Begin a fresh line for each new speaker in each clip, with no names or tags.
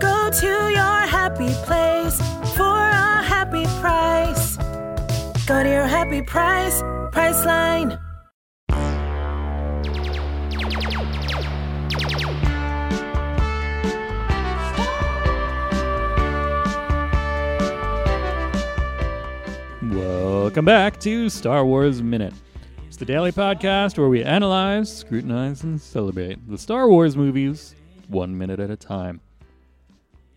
Go to your happy place for a happy price. Go to your happy price, Priceline.
Welcome back to Star Wars Minute. It's the daily podcast where we analyze, scrutinize, and celebrate the Star Wars movies one minute at a time.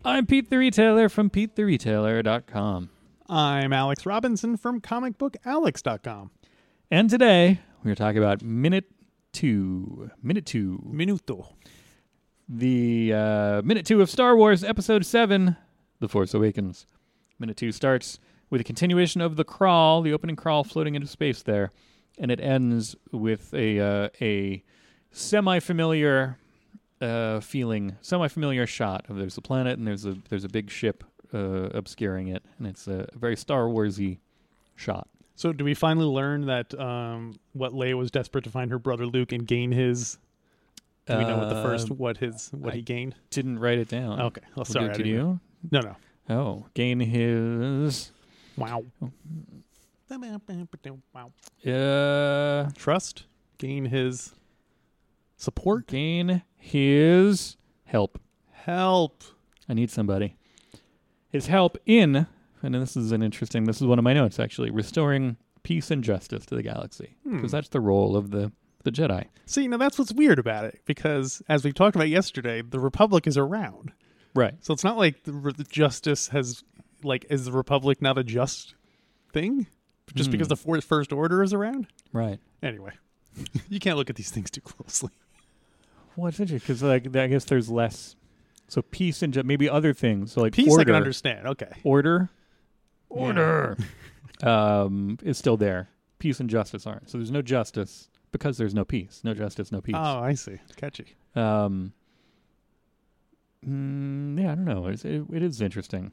I'm Pete the Retailer from PeteTheRetailer.com.
I'm Alex Robinson from comicbookalex.com.
And today we're talking about Minute 2. Minute 2.
Minuto.
The uh, Minute 2 of Star Wars Episode 7 The Force Awakens. Minute 2 starts with a continuation of the crawl, the opening crawl floating into space there, and it ends with a, uh, a semi familiar uh, feeling, semi-familiar shot of there's a planet and there's a there's a big ship uh, obscuring it, and it's a very Star Warsy shot.
So, do we finally learn that um, what Leia was desperate to find her brother Luke and gain his? Do we know what the first what his what
Uh, I-
he gained?
Didn't write it down.
Uh, Okay. Well,
Did-
sorry, I
Did,
didn't-
you?
No, no.
Oh, gain his.
Wow. Wow.
Uh,
Trust. Gain his support.
gain his help.
Help.
I need somebody. His help in, and this is an interesting, this is one of my notes actually, restoring peace and justice to the galaxy. Because that's the role of the, the Jedi.
See, now that's what's weird about it because, as we talked about yesterday, the Republic is around.
Right.
So it's not like the, re- the justice has like is the republic not a just thing just
Hmm.
because the fourth first order is around?
Right.
Anyway, you can't look at these things too closely.
Well, it's interesting because like I guess there's less. So peace and ju- maybe other things. So like
Peace
order,
I can understand. Okay.
order, order, um, is still there. Peace and justice aren't. So there's no justice because there's no peace. No justice, no peace.
Oh, I see. Catchy.
Um, mm, yeah, I don't know. It's, it, it is interesting.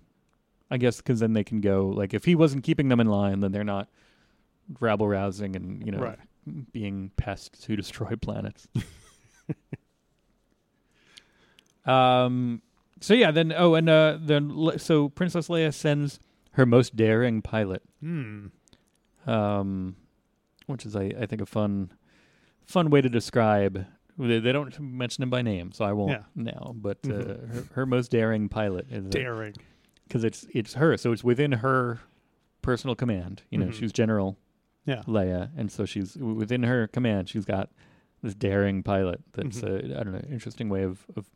I guess because then they can go like if he wasn't keeping them in line, then they're not rabble rousing and you know
Right.
being pests who destroy planets. um. So yeah, then oh, and uh, then Le- so Princess Leia sends her most daring pilot,
Hmm.
um, which is I, I think a fun fun way to describe. They, they don't mention him by name, so I won't
Yeah.
now. But uh,
Mhm.
her, her most daring pilot is
Daring.
because it's it's her, so it's within her personal command. You know,
Mhm.
she's General
Yeah.
Leia, and so she's w- within her command. She's got this daring pilot. That's
Mm-hmm.
uh, I don't know, interesting way of of.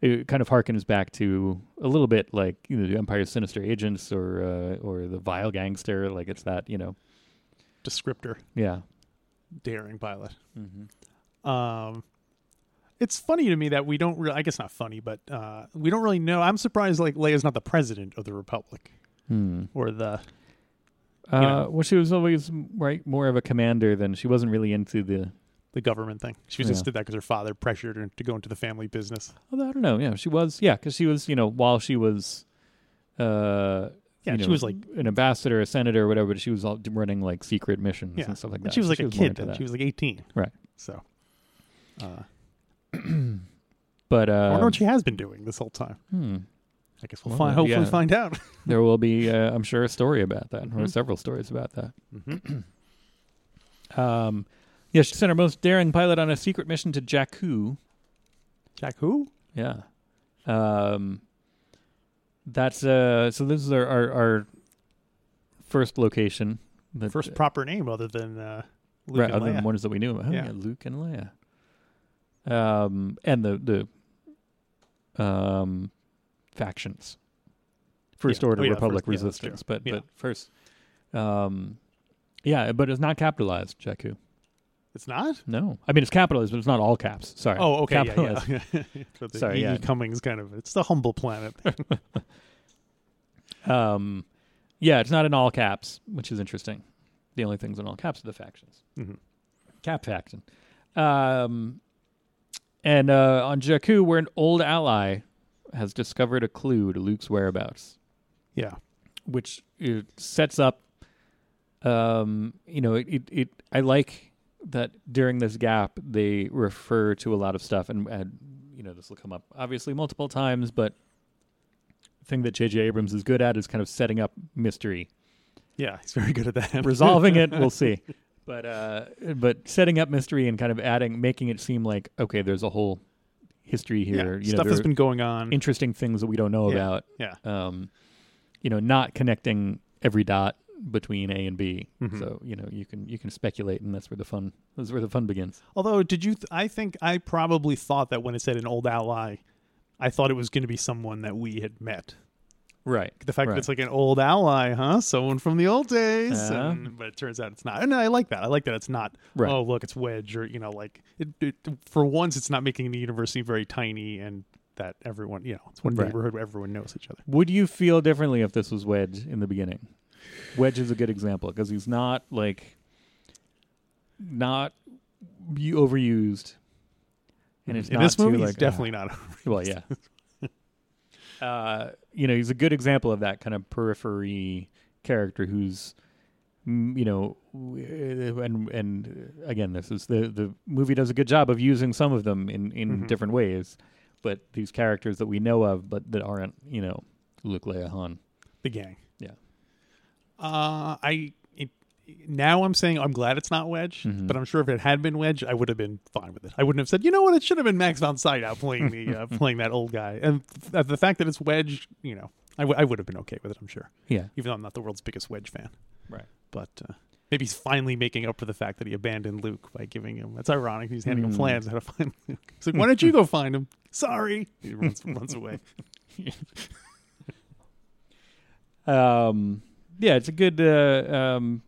It kind of harkens back to a little bit like you know, the Empire's sinister agents or uh, or the vile gangster. Like it's that you know,
Descriptor.
yeah.
Daring pilot. Mm-hmm.
Mhm.
Um, it's funny to me that we don't. Re- I guess not funny, but uh, we don't really know. I'm surprised like Leia's not the president of the republic
Hmm.
or the
Uh,
know.
Well, she was always m- right more of a commander than she wasn't really into the.
the government thing. She was
Yeah.
just did that because her father pressured her to go into the family business.
Although I don't know, yeah, she was, yeah, because she was, you know, while she was, uh,
Yeah,
you
she
know,
was like-
an ambassador, a senator, or whatever. But she was all d- running like secret missions
Yeah.
and stuff like that.
And she was
So
like a
more
kid
into
then.
that.
She was like 18.
Right.
So uh,
but
I
uh,
wonder what she has been doing this whole time.
hmm,
I guess we'll
Well,
find, hopefully
yeah.
find out.
there will be, uh, I'm sure, a story about that, or
Mhm.
several stories about that. um, yeah, she sent her most daring pilot on a secret mission to Jakku,
Jack, who?
Yeah. Um that's uh so this is our our, our first location The,
First proper name other than uh, Luke
right,
and
other
Leia.
than ones that we knew. Oh, yeah.
Yeah.
Luke and Leia. Um, and the the um factions. First
Yeah.
Order,
Oh, yeah,
Republic,
first- yeah, that's
Resistance, but
Yeah.
but first, um, yeah, but it's not capitalized, Jakku.
It's not.
No, I mean it's capitalized, but it's not all caps. Sorry.
Oh, okay.
Capitalized.
Yeah, yeah. So the
Sorry,
E.E.
yeah.
Cummings kind of. It's the humble planet.
Um, yeah, it's not in all caps, which is interesting. The only things in all caps are the factions.
Mhm.
Cap faction. Um, and uh, on Jakku, where an old ally has discovered a clue to Luke's whereabouts,
yeah.
which it sets up. Um, you know, it, it, it. I like that during this gap they refer to a lot of stuff, and, and you know this will come up obviously multiple times, but thing that J.J. Abrams is good at is kind of setting up mystery
Yeah. He's very good at that.
resolving it we'll see but uh but setting up mystery and kind of adding making it seem like okay there's a whole history
Yeah.
here you know
Stuff
there
that's
are
been going on.
interesting things that we don't know
Yeah.
about
yeah.
um you know not connecting every dot between a and b
Mm-hmm.
so you know you can you can speculate and that's where the fun that's where the fun begins
Although, did you? Th- I think I probably thought that when it said an old ally, I thought it was going to be someone that we had met.
right
The fact that it's like an old ally, huh? Someone from the old days.
Uh-huh.
And- but it turns out it's not. And I like that. I like that it's not.
Right.
Oh, look, it's Wedge, or you know, like it, it, for once, it's not making the university very tiny and that everyone, you know, it's one
Right.
neighborhood where everyone knows each other.
would you feel differently if this was wedge in the beginning wedge is a good example because he's not like not be overused and it's
Mm-hmm. In
not
this
too,
movie,
like,
he's definitely not.
uh, well yeah uh, you know he's a good example of that kind of periphery character who's mm, you know w- and and uh, again this is the the movie does a good job of using some of them in in different ways but these characters that we know of but that aren't you know Luke Leia Han
the gang.
Yeah.
Uh, I it, now I'm saying I'm glad it's not Wedge,
Mm-hmm.
but I'm sure if it had been Wedge, I would have been fine with it. I wouldn't have said, you know what, it should have been Max von Sydow playing the uh, playing that old guy, and th- the fact that it's Wedge, you know, I, w- I would have been okay with it. I'm sure,
yeah
even though I'm not the world's biggest Wedge fan,
right
but. Uh, Maybe he's finally making up for the fact that he abandoned Luke by giving him. That's ironic. He's handing
Mm.
him plans how to find Luke. He's like, "Why don't you go find him?" Sorry, he runs, runs away.
um yeah it's a good uh um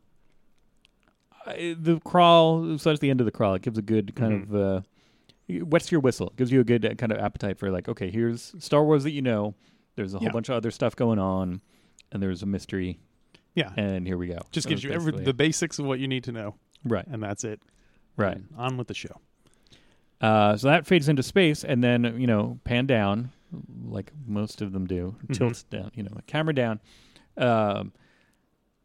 I, the crawl so that's the end of the crawl it gives a good kind
Mm-hmm.
of uh y- wets your whistle It gives you a good uh, kind of appetite for like okay here's star wars that you know there's a whole
Yeah.
bunch of other stuff going on and there's a mystery
Yeah,
and here we go
just
That was
gives you every,
basically
the
it.
basics of what you need to know,
right
and that's it.
right
On with the show.
uh so that fades into space and then you know pan down like most of them do
Mm-hmm.
tilts down you know like camera down um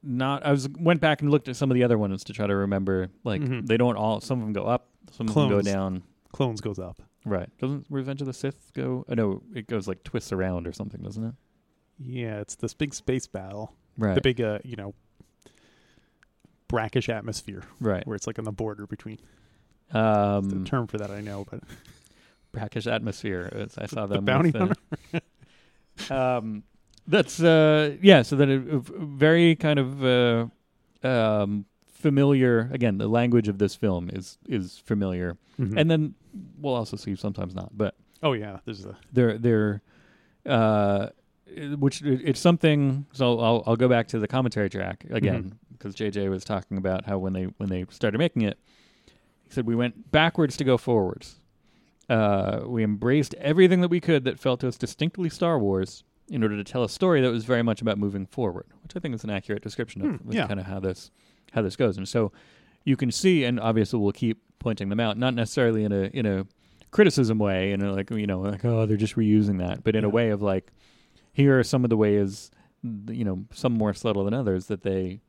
not i was went back and looked at some of the other ones to try to remember like they don't all some of them go up some of them go
Mm-hmm. Clones.
down
Clones goes up.
right doesn't revenge of the sith go oh no it goes like twists around or something doesn't it
Yeah, it's this big space battle.
right
The big, uh, you know, brackish atmosphere
right
where it's like on the border between. The
um
term for that I know, but
brackish atmosphere It's- i saw
the
them
bounty
with, uh, um, that's uh, yeah. So that a, a very kind of uh, um, familiar. Again, the language of this film is is familiar,
Hmm.
and then we'll also see sometimes not, but
oh yeah, there's a
they're they're uh, which it- it's something. So I'll I'll go back to the commentary track
Mm-hmm.
again because JJ was talking about how when they when they started making it, he said we went backwards to go forwards. Uh, we embraced everything that we could that felt to us distinctly Star Wars in order to tell a story that was very much about moving forward, which I think is an accurate description of
yeah.
kind of how this how this goes. And so you can see, and obviously we'll keep pointing them out, not necessarily in a in a criticism way, and like you know, like oh, they're just reusing that, but in a way of like, here are some of the ways, you know, some more subtle than others that they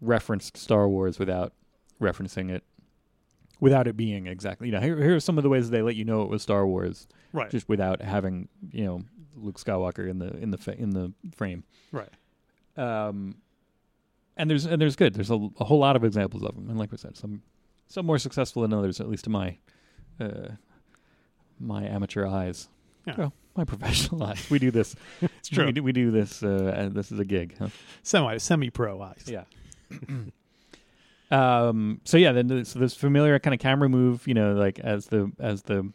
referenced Star Wars without referencing it, without it being exactly. You know, here, here are some of the ways they let you know it was Star Wars,
right,
just without having you know Luke Skywalker in the in the fa- in the frame.
right.
Um, and there's and there's good. There's a, a whole lot of examples of them, and like we said, some some more successful than others, at least to my uh, my amateur eyes.
Yeah.
Well, my professional eyes. We do this. it's
true.
uh, We do, we do this. Uh, and this is a gig. Huh?
Semi semi pro eyes.
Yeah. Um, so yeah, then this, this familiar kind of camera move, you know, like as the as the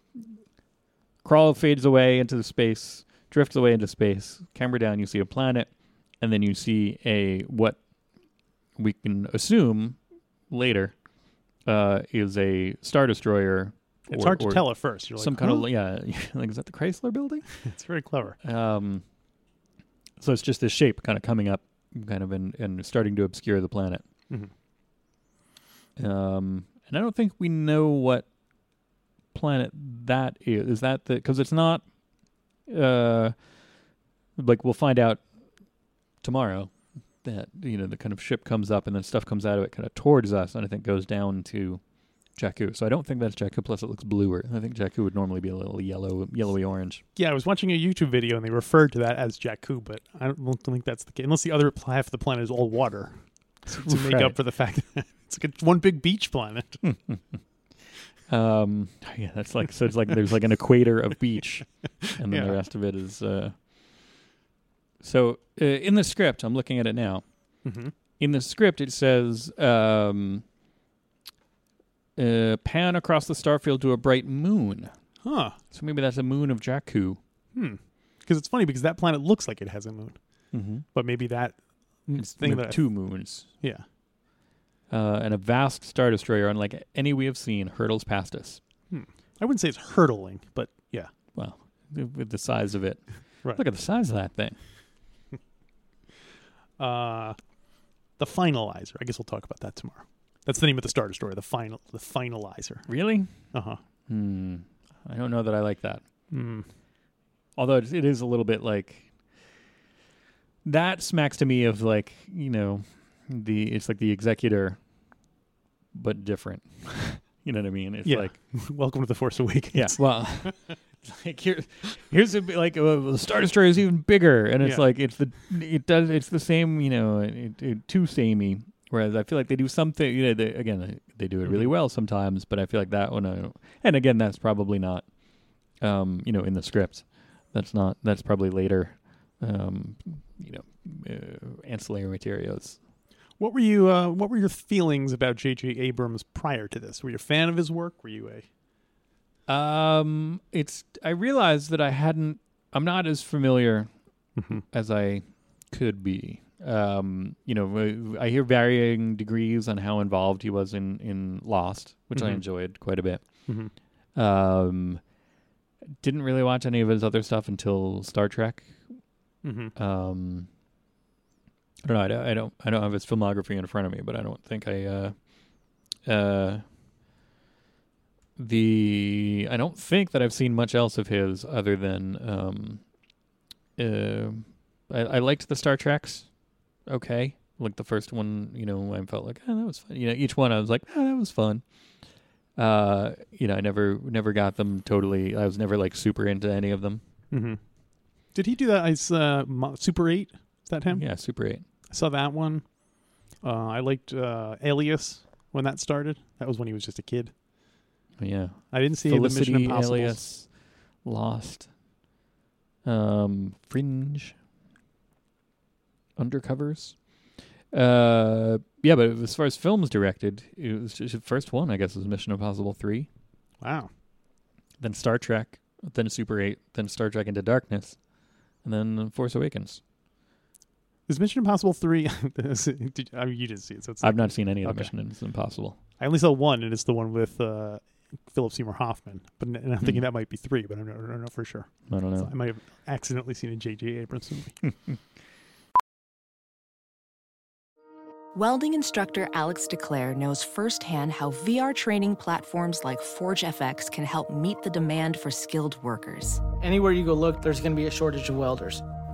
crawl fades away into the space, drifts away into space, camera down, you see a planet, and then you see a what we can assume later uh, is a star destroyer.
It's
or-
hard to
or
tell at first. You're like,
some kind
"Huh?"
of yeah, like is that the Chrysler Building?
It's very clever.
Um, so it's just this shape kind of coming up, kind of and and starting to obscure the planet.
Mhm.
Um, and I don't think we know what planet that is. Is that the because it's not uh like we'll find out tomorrow that you know the kind of ship comes up and then stuff comes out of it kind of towards us and I think goes down to Jakku. So I don't think that's Jakku. Plus it looks bluer. I think Jakku would normally be a little yellow, yellowy orange.
Yeah, I was watching a YouTube video and they referred to that as Jakku, but I don't, don't think that's the case. Unless the other pl- half of the planet is all water to, to make
Right.
up for the fact that it's like a, one big beach planet.
Um, yeah, that's like so. It's like there's like an equator of beach, and then the
Yeah.
rest of it is. Uh, so uh, in the script, I'm looking at it now.
Mhm.
In the script, it says um, uh, pan across the starfield to a bright moon.
Huh.
So maybe that's a moon of Jakku.
Hmm. Because it's funny because that planet looks like it has a moon,
Mm-hmm.
but maybe that
It's
thing
maybe
that I-
Mm, two moons.
yeah.
Uh, and a vast star destroyer, unlike any we have seen, hurtles past us.
I wouldn't say it's hurtling, but yeah.
Well, with the size of it,
Right.
look at the size of that thing.
uh, the finalizer. I guess we'll talk about that tomorrow. That's the name of the Star Destroyer. The final, the finalizer.
Really?
Uh huh.
Hmm. I don't know that I like that.
Mm.
Although it it is a little bit like that smacks to me of like you know the it's like the executor, but different. you know what I mean? It's
Yeah.
like
Welcome to the Force Awakens.
yeah. Well, it's like here, here's a bi- like uh, the Star Destroyer is even bigger, and it's
Yeah.
like it's the it does it's the same you know it, it, too samey. Whereas I feel like they do something you know they, again they do it really well sometimes, but I feel like that one I don't, and again that's probably not um you know in the script that's not that's probably later um you know uh, ancillary materials.
What were you? Uh, what were your feelings about J.J. Abrams prior to this? Were you a fan of his work? Were you a?
Um, it's I realized that I hadn't. I'm not as familiar as I could be. Um, you know, I hear varying degrees on how involved he was in in Lost, which I enjoyed quite a bit. Um, didn't really watch any of his other stuff until Star Trek.
Mhm.
Um, I don't know. I don't, I don't. I don't have his filmography in front of me, but I don't think I. Uh, uh, the I don't think that I've seen much else of his other than um, uh, I, I liked the Star Treks. Okay, like the first one, you know, I felt like oh, that was fun. You know, each one I was like, oh, that was fun. Uh, you know, I never never got them totally. I was never like super into any of them.
Mm-hmm. Did he do that? as uh, Mo- Super Eight. Is that him?
Yeah, Super Eight.
I saw that one. Uh, I liked uh, Alias when that started. That was when he was just a kid.
Yeah,
I didn't see
Felicity,
the Mission Impossible.
Alias, Lost, um, Fringe, Undercovers. Uh, yeah, but as far as films directed, it was just the first one, I guess, was Mission Impossible three,
Wow.
then Star Trek, then Super Eight, then Star Trek Into Darkness, and then Force Awakens.
Is Mission Impossible three? did, I mean, you didn't see it, so it's
I've not seen any of the
Okay.
Mission Impossible.
I only saw one, and it's the one with uh, Philip Seymour Hoffman. But n- and I'm thinking that might be three, but I don't, I don't know for sure.
Hmm. I don't
So
know. Hmm.
I might have accidentally seen a J.J. Abrams movie.
Welding instructor Alex DeClaire knows firsthand how VR training platforms like ForgeFX can help meet the demand for skilled workers.
Anywhere you go look, there's going to be a shortage of welders.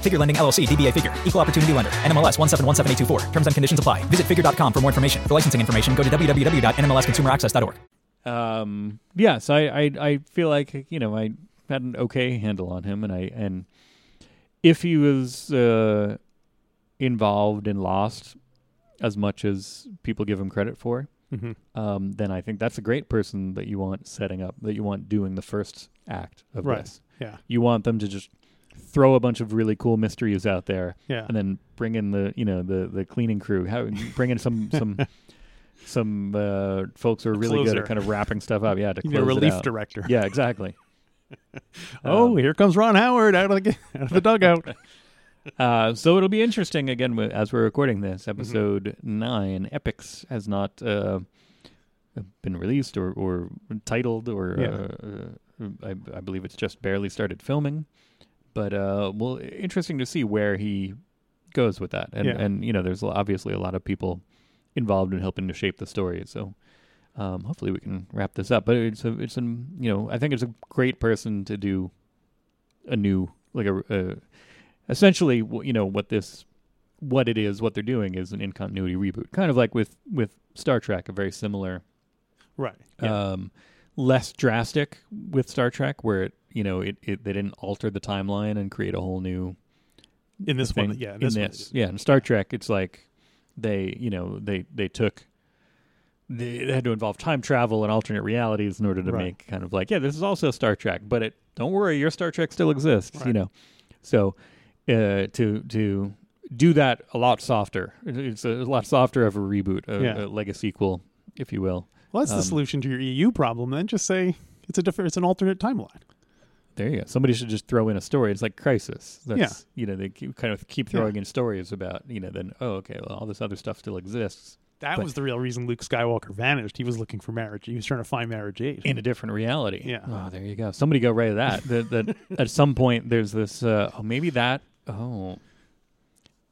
Figure Lending LLC, DBA Figure, Equal Opportunity Lender, NMLS 1717824. Terms and conditions apply. Visit figure.com for more information. For licensing information, go to www.nmlsconsumeraccess.org.
um yeah so I, I i feel like you know i had an okay handle on him and i and if he was uh involved and lost as much as people give him credit for um then i think that's a great person that you want setting up that you want doing the first act of
Right.
this
Yeah.
you want them to just throw a bunch of really cool mysteries out there
Yeah.
and then bring in the you know the the cleaning crew how bring in some some some uh, folks who are really good
closer.
at kind of wrapping stuff up yeah to
You
close
need a
it
relief
out.
director.
yeah Um, exactly
Oh, here comes Ron Howard out of the out of the dugout.
uh, so it'll be interesting again wi- as we're recording
Mm-hmm.
this episode 9 epics has not uh, been released or, or titled or uh, uh, I, I believe it's just barely started filming but uh, well interesting to see where he goes with that and
Yeah.
and you know there's obviously a lot of people involved in helping to shape the story so um, hopefully we can wrap this up but it's a it's an you know I think it's a great person to do a new like a, a essentially wh- you know what this what it is what they're doing is an in continuity reboot kind of like with with Star Trek a very similar
right.
um, less drastic with Star Trek, where it you know it, it they didn't alter the timeline and create a whole new
In this
thing.
one, yeah.
in
this,
this,
one it is.
yeah, in Star Trek, it's like they you know they they took they, it had to involve time travel and alternate realities in order to
Right.
make kind of like yeah, this is also Star Trek, but it don't worry, your Star Trek still exists, you know. So uh, to to do that a lot softer, It- it's a, lot softer of a reboot, a, a
Yeah.
legacy sequel, if you will.
Well, that's the
um,
solution to your EU problem. Then just say it's a different, it's an alternate timeline.
There you go. Somebody should just throw in a story. It's like Crisis. That's, You know, they keep, kind of keep throwing in stories about, you know, then, oh, okay, well, all this other stuff still exists
That
But-
was the real reason Luke Skywalker vanished. He was looking for marriage. He was trying to find marriage aid.
in a different reality.
Yeah.
Oh, there you go. Somebody go write that. that, that at some point, there's this, uh, oh, maybe that, oh.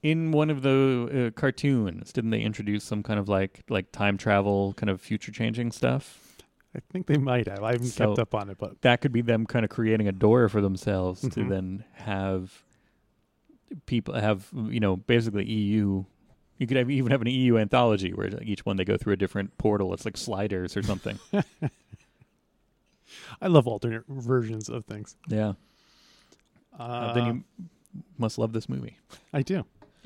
In one of the uh, cartoons, didn't they introduce some kind of like like time travel, kind of future changing stuff?
I think they might have. I haven't
So-
kept up on it, but
That could be them kind of creating a door for themselves to then have people have you know basically EU. You could have, even have an EU anthology where each one they go through a different portal. It's like sliders or something.
I love alternate versions of things.
yeah.
Uh,
Uh, then you must love this movie.
I do.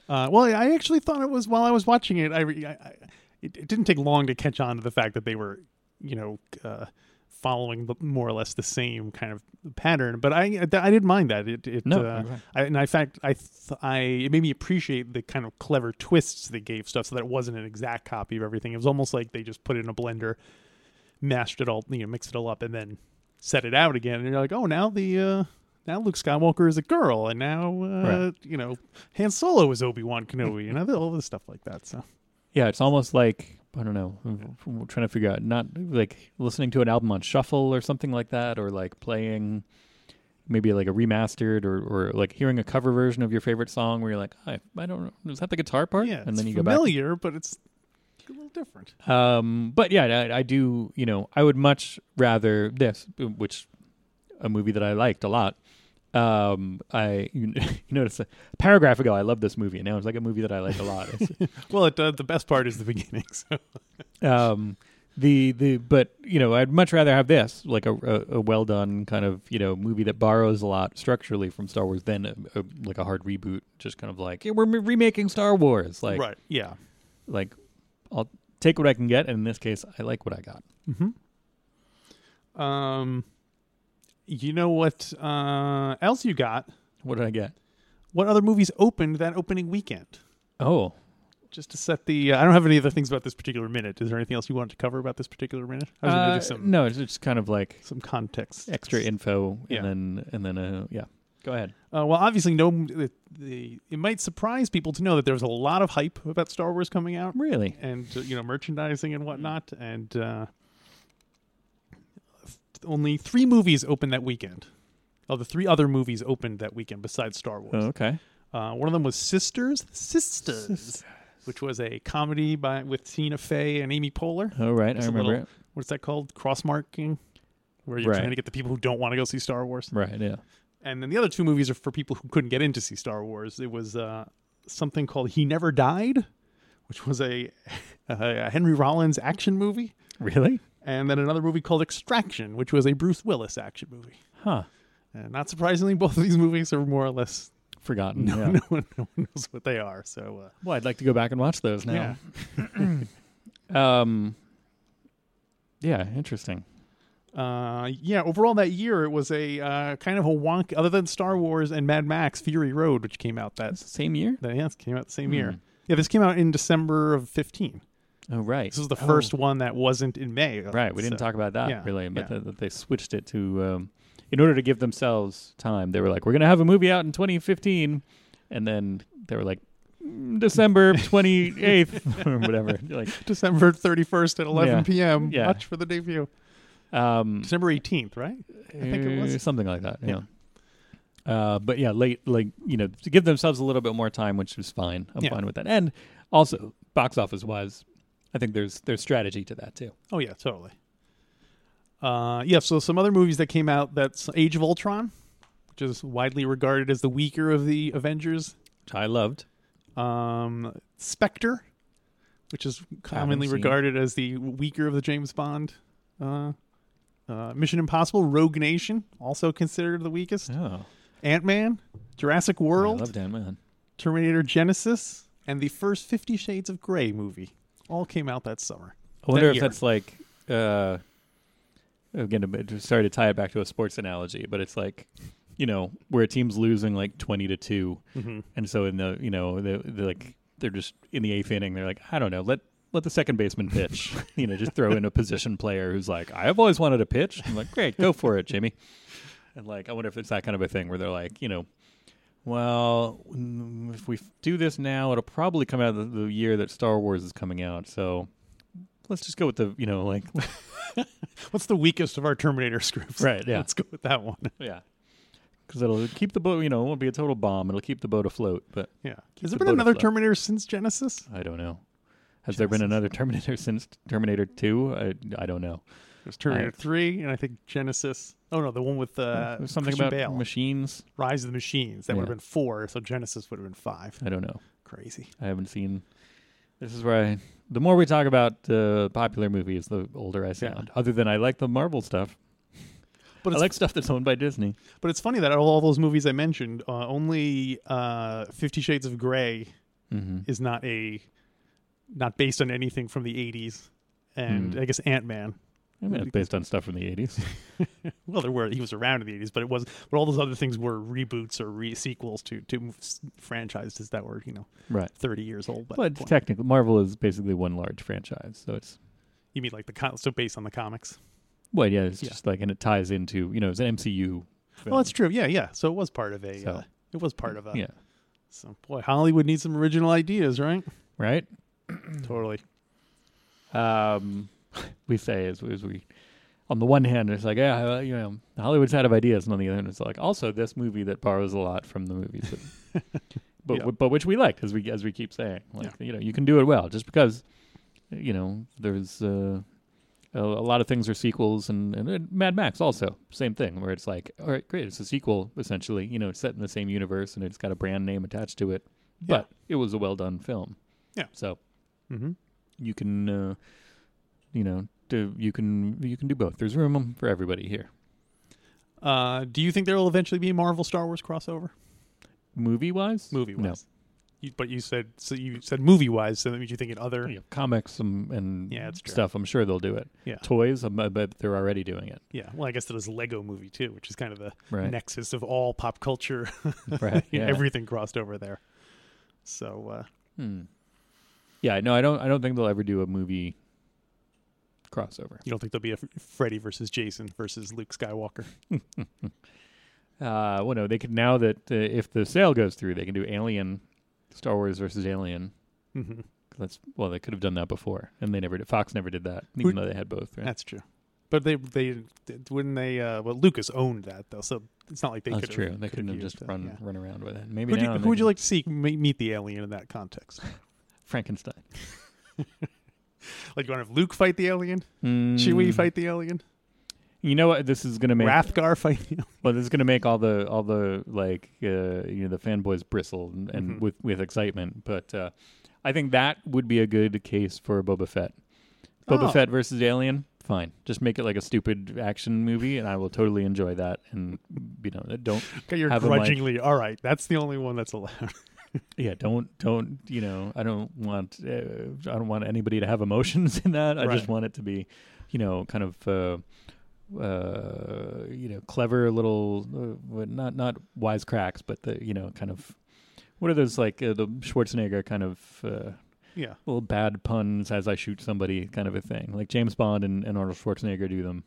Uh, well, I actually thought it was while I was watching it. I, re- I, I it, it didn't take long to catch on to the fact that they were, you know, uh, following the, more or less the same kind of pattern. But I, I didn't mind that. It, it
No,
uh,
okay.
I, and in fact, I, th- I, it made me appreciate the kind of clever twists they gave stuff, so that it wasn't an exact copy of everything. It was almost like they just put it in a blender, mashed it all, you know, mixed it all up, and then set it out again. And you're like, oh, now the uh, now Luke Skywalker is a girl, and now uh,
Right.
you know Han Solo is Obi Wan Kenobi, and all this stuff like that. So
Yeah, it's almost like I don't know. We're trying to figure out not like listening to an album on shuffle or something like that, or like playing maybe like a remastered or, or like hearing a cover version of your favorite song where you're like, I, I don't know, is that the guitar part?
yeah,
and
it's
then you
familiar, but it's a little different.
go back. Um, but yeah, I, I do. You know, I would much rather this, which a movie that I liked a lot. Um, I you, notice a paragraph ago, I love this movie, and now it's like a movie that I like a lot. It's-
Well, it, uh, the best part is the beginning. So
um the the but you know i'd much rather have this like a, a, a well done kind of you know movie that borrows a lot structurally from star wars than a, a, like a hard reboot just kind of like "Yeah, we're m- remaking star wars like
right, yeah,
like i'll take what i can get and in this case i like what i got Mm-hmm.
um, you know what uh, else you got?
what did i get
What other movies opened that opening weekend?
oh
Just to set the, uh, I don't have any other things about this particular minute. Is there anything else you wanted to cover about this particular minute? I was gonna
uh,
do some
no it's just kind of like
some context,
extra info
Yeah.
and then and then uh yeah go ahead
Uh, well, obviously, no. The, the, it might surprise people to know that there was a lot of hype about Star Wars coming out,
really
and uh, you know, merchandising
Mm-hmm.
and whatnot. And uh, only three movies opened that weekend. Oh, the three other movies opened that weekend besides Star Wars.
Oh, okay.
Uh, one of them was Sisters, Sisters, which was a comedy by with Tina Fey and Amy Poehler.
All right, I
It's a
remember
little-
it.
What's that called? Cross marking, where you're
Right.
trying to get the people who don't want to go see Star Wars.
Right, yeah.
And then the other two movies are for people who couldn't get in to see Star Wars. It was uh, something called He Never Died, which was a, a Henry Rollins action movie,
Really?
and then another movie called Extraction, which was a Bruce Willis action movie.
Huh.
And not surprisingly, both of these movies are more or less
Forgotten.
no,
yeah.
no, one, no one knows what they are. So uh,
Well, I'd like to go back and watch those now. Yeah. um. Yeah, interesting.
Uh, yeah, overall that year it was a uh, kind of a wonk. Other than Star Wars and Mad Max Fury Road, which came out that
Same year?
that yes came out the same
Hmm.
year. Yeah, this came out in December of fifteen.
Oh, right.
This was the first one that wasn't in May.
Right, we didn't
So-
talk about that
yeah,
really, but
yeah.
that that they switched it to um, in order to give themselves time. They were like, "We're going to have a movie out in 2015," and then they were like, "Mm, "December 28th or whatever." Like,
December thirty first at eleven
Yeah.
p.m.
Yeah.
Watch for the debut.
um,
December eighteenth, right? I think it
uh,
was.
something like that. Yeah. Uh, but yeah, late, like you know, to give themselves a little bit more time, which is fine. I'm
Yeah.
fine with that. And also, box office wise, I think there's there's strategy to that too.
Oh yeah, totally. Uh, yeah, so some other movies that came out that's Age of Ultron, which is widely regarded as the weaker of the Avengers.
Which I loved.
um, Spectre, which is commonly
seen.
regarded as the weaker of the James Bond. Uh, uh, Mission Impossible, Rogue Nation, also considered the weakest.
Oh,
Ant Man, Jurassic
I
World,
loved Ant Man.
Terminator Genesis, and the first Fifty Shades of Grey movie all came out that summer.
I wonder
that
if
year.
that's like uh again a bit- sorry to tie it back to a sports analogy, but it's like you know where a team's losing like 20 to 2 and so in the you know they they're like they're just in the eighth inning they're like I don't know let let the second baseman pitch you know just throw in a position player who's like I've always wanted to pitch I'm like great go for it Jimmy and like I wonder if it's that kind of a thing where they're like you know well, mm, if we f- do this now, it'll probably come out the, the year that Star Wars is coming out. So let's just go with the you know like
What's the weakest of our Terminator scripts?
Right, yeah.
Let's go with that one.
yeah because it'll keep the boat you know it won't be a total bomb it'll keep the boat afloat but
Yeah. Has there
the
been
boat
another
afloat.
Terminator since Genesis?
i don't know has there been another terminator since terminator 2 i, I don't know
There's Terminator
I-
3, and I think Genesis. Oh, no, the one with uh,
There's something
Christian
about
Bale.
machines
Rise of the Machines. That would
Yeah.
have been four, so Genesis would have been five.
i don't know
Crazy.
i haven't seen this is where i the more we talk about uh, popular movies the older i sound other than i like the marvel stuff
But
i
it's,
like stuff that's owned by disney
but it's funny that all, all those movies I mentioned, uh, only uh, Fifty Shades of gray
Mm-hmm.
is not a not based on anything from the '80s, and
Hmm.
I guess Ant Man.
i mean it's based on stuff from the 80s
Well, there were he was around in the '80s, but it was but all those other things were reboots or re- sequels to to s- franchises that were you know
right
30 years old. But,
but technically marvel is basically one large franchise so it's
you mean like the con- so based on the comics?
Well, yeah, it's just like, and it ties into you know it's an MCU. Film.
Well, that's true. Yeah, yeah. So it was part of a.
So-
Uh, it was part of a.
yeah,
So boy, Hollywood needs some original ideas, right?
right.
Totally.
Um, we say as, as we, on the one hand, it's like yeah, uh, you know, Hollywood's out of ideas, and on the other hand, it's like also this movie that borrows a lot from the movies, that, but
Yeah.
but which we liked as we as we keep saying, like you know, you can do it well just because, you know, there's. Uh, a, a lot of things are sequels, and, and, and Mad Max also same thing, where it's like, all right, great, it's a sequel essentially. You know, it's set in the same universe, and it's got a brand name attached to it, but it was a well done film.
Yeah.
So Mm-hmm.
Mhm.
you can, uh, you know, do, you can you can do both. There's room for everybody here.
Uh, do you think there will eventually be a Marvel Star Wars crossover?
Movie wise,
Movie
no.
wise. You, but you said so you said movie wise, so that means you think in other
You know, comics and, and
Yeah, it's true.
stuff. I'm sure they'll do it.
Yeah.
Toys, I'm, I bet they're already doing it.
Yeah. Well I guess there was Lego movie too, which is kind of the
Right.
nexus of all pop culture.
Right.
You know,
yeah.
Everything crossed over there. So uh,
Hmm. yeah. No, I don't. I don't think they'll ever do a movie crossover.
you don't think there'll be a F- Freddy versus Jason versus Luke Skywalker.
Uh, well, no, they could now that uh, if the sale goes through, they can do Alien, Star Wars versus Alien.
Mhm.
Mm-hmm. That's well, they could have done that before, and they never did. Fox never did that, even though they had both. Right?
That's true. But they they wouldn't they uh well Lucas owned that though, so it's not like they
That's
could
true. They couldn't have just run run around with it. Maybe
Who, do you,
now
who
they
would you
can-
like to see me- meet the alien in that context?
Frankenstein.
like you want to have Luke fight the alien, Chewie fight the alien,
Mm. You know what? This is gonna make
Rathgar fight the alien.
well. This is gonna make all the all the like uh, you know the fanboys bristle and, and
Mm-hmm.
with with excitement. But uh, I think that would be a good case for Boba Fett. Boba
Oh.
Fett versus Alien. Fine, just make it like a stupid action movie, and I will totally enjoy that. And you know, don't
Okay, you're
have him, like-
grudgingly all right. That's the only one that's allowed.
yeah, don't don't you know? I don't want uh, I don't want anybody to have emotions in that. I just
Right.
want it to be, you know, kind of. Uh, uh you know clever little uh, what- not not wise cracks but the you know kind of what are those like uh, the schwarzenegger kind of uh
yeah,
little bad puns as i shoot somebody kind of a thing like james bond and, and arnold schwarzenegger do them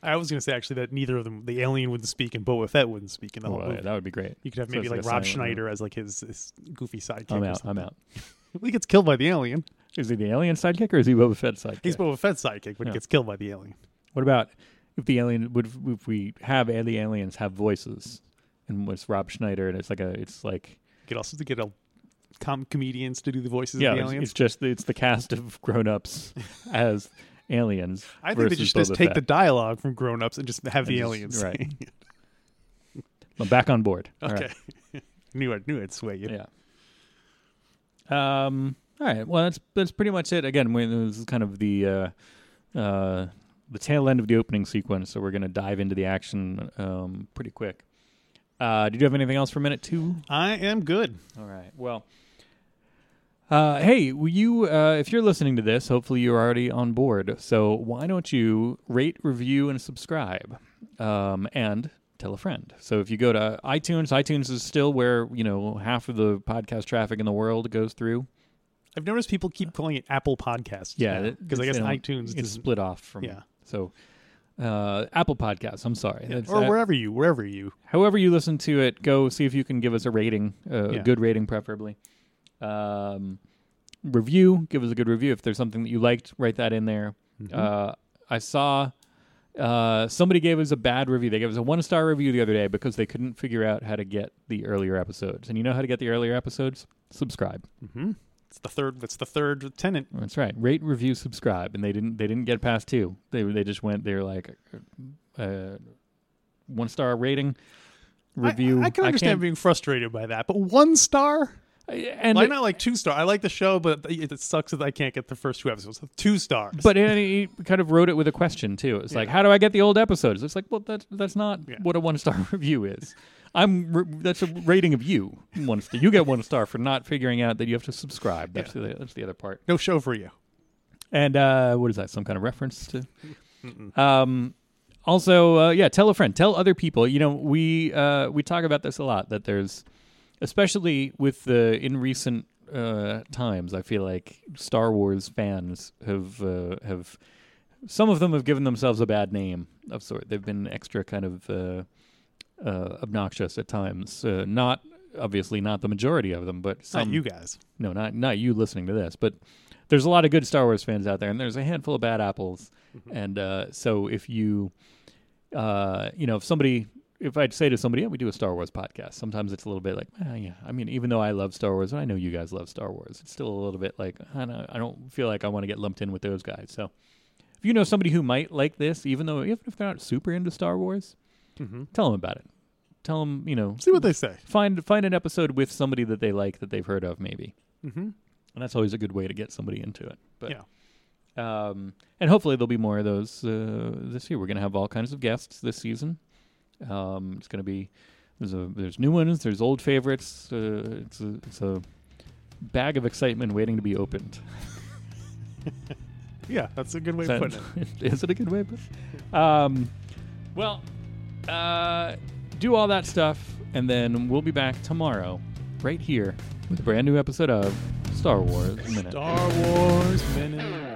I was gonna say actually that neither of them, the alien wouldn't speak and Boba Fett wouldn't speak in the whole
Well,
movie.
that would be great
you could have
So
maybe
it's
like,
a
Rob
silent-
Schneider as like his, his goofy sidekick.
i'm
or
out i'm
something.
out
He gets killed by the alien.
is he the alien sidekick or is he boba fett's sidekick
He's Boba Fett's sidekick, but
Yeah.
gets killed by the alien.
What about if the alien would if we have the aliens have voices and it's Rob Schneider and it's like a it's like
You could also get a com- comedians to do the voices
yeah
of the
it's,
aliens.
it's just it's the cast of grown ups as aliens.
I think they
versus
should just
Boba
take the
Fett.
dialogue from grown ups and just have the
just-
aliens.
right. I'm back on board. All
okay.
right.
knew I knew I'd sway you.
Yeah. Um. All right. Well, that's that's pretty much it. Again, we, this is kind of the uh, uh, the tail end of the opening sequence, so we're gonna dive into the action um, pretty quick. Uh, did you have anything else for minute two?
I am good.
All right. Well, uh, hey, will you, uh, if you're listening to this, hopefully you're already on board. So why don't you rate, review, and subscribe, um, and tell a friend. So if you go to iTunes, iTunes is still where you know half of the podcast traffic in the world goes through.
I've noticed people keep calling it Apple Podcasts. because I
it's-
guess
they don't-
iTunes
it's
is
split off from.
Yeah.
So. Uh, Apple Podcasts. I'm sorry. That's-
or
uh,
wherever you wherever you.
however you listen to it, go see if you can give us a rating, uh,
Yeah.
a good rating preferably. Um, review, give us a good review. If there's something that you liked, write that in there.
Mm-hmm.
Uh, I saw uh, somebody gave us a bad review. They gave us a one star review the other day because they couldn't figure out how to get the earlier episodes. And you know how to get the earlier episodes? Subscribe.
It's the third. That's the third tenant.
That's right. Rate, review, subscribe, and they didn't. They didn't get past two. They they just went. They were like, uh, one star rating, review.
I, I can understand
can't-
being frustrated by that, but one star.
and
Why not like two star? I like the show, but it, it sucks that I can't get the first two episodes. Two stars.
But and he kind of wrote it with a question too. It's like, how do I get the old episodes? It's like, well, that that's not
Yeah.
what a one star review is. I'm re- that's a rating of you. One star. You get one star for not figuring out that you have to subscribe. That's the that's the other part.
no show for you.
And uh, what is that? Some kind of reference to? Um, also, uh, yeah, tell a friend, tell other people. You know, we uh, we talk about this a lot. That there's, especially with the in recent uh, times, I feel like Star Wars fans have uh, have some of them have given themselves a bad name of sort. They've been extra kind of uh, uh, obnoxious at times. Uh, not obviously not the majority of them, but
Not
some
you guys.
no, not not you listening to this, but there's a lot of good Star Wars fans out there, and there's a handful of bad apples. And uh, so if you, uh, you know, if somebody, if I'd say to somebody, yeah, we do a Star Wars podcast. Sometimes it's a little bit like, "Ah, yeah. I mean, even though I love Star Wars, and I know you guys love Star Wars, it's still a little bit like I don't, I don't feel like I want to get lumped in with those guys. So if you know somebody who might like this, even though even if they're not super into Star Wars, tell them about it. Tell them, you know,
See what they say.
find find an episode with somebody that they like that they've heard of maybe mm-hmm. and that's always a good way to get somebody into it but
Yeah.
um, and hopefully there'll be more of those uh, this year we're going to have all kinds of guests this season um, it's going to be there's a there's new ones there's old favorites uh, it's a it's a bag of excitement waiting to be opened
Yeah, that's a good way
is,
of
that,
putting it.
is it a good way of putting it? um, well uh, do all that stuff and then we'll be back tomorrow right here with a brand new episode of star wars minute
Star Wars Minute.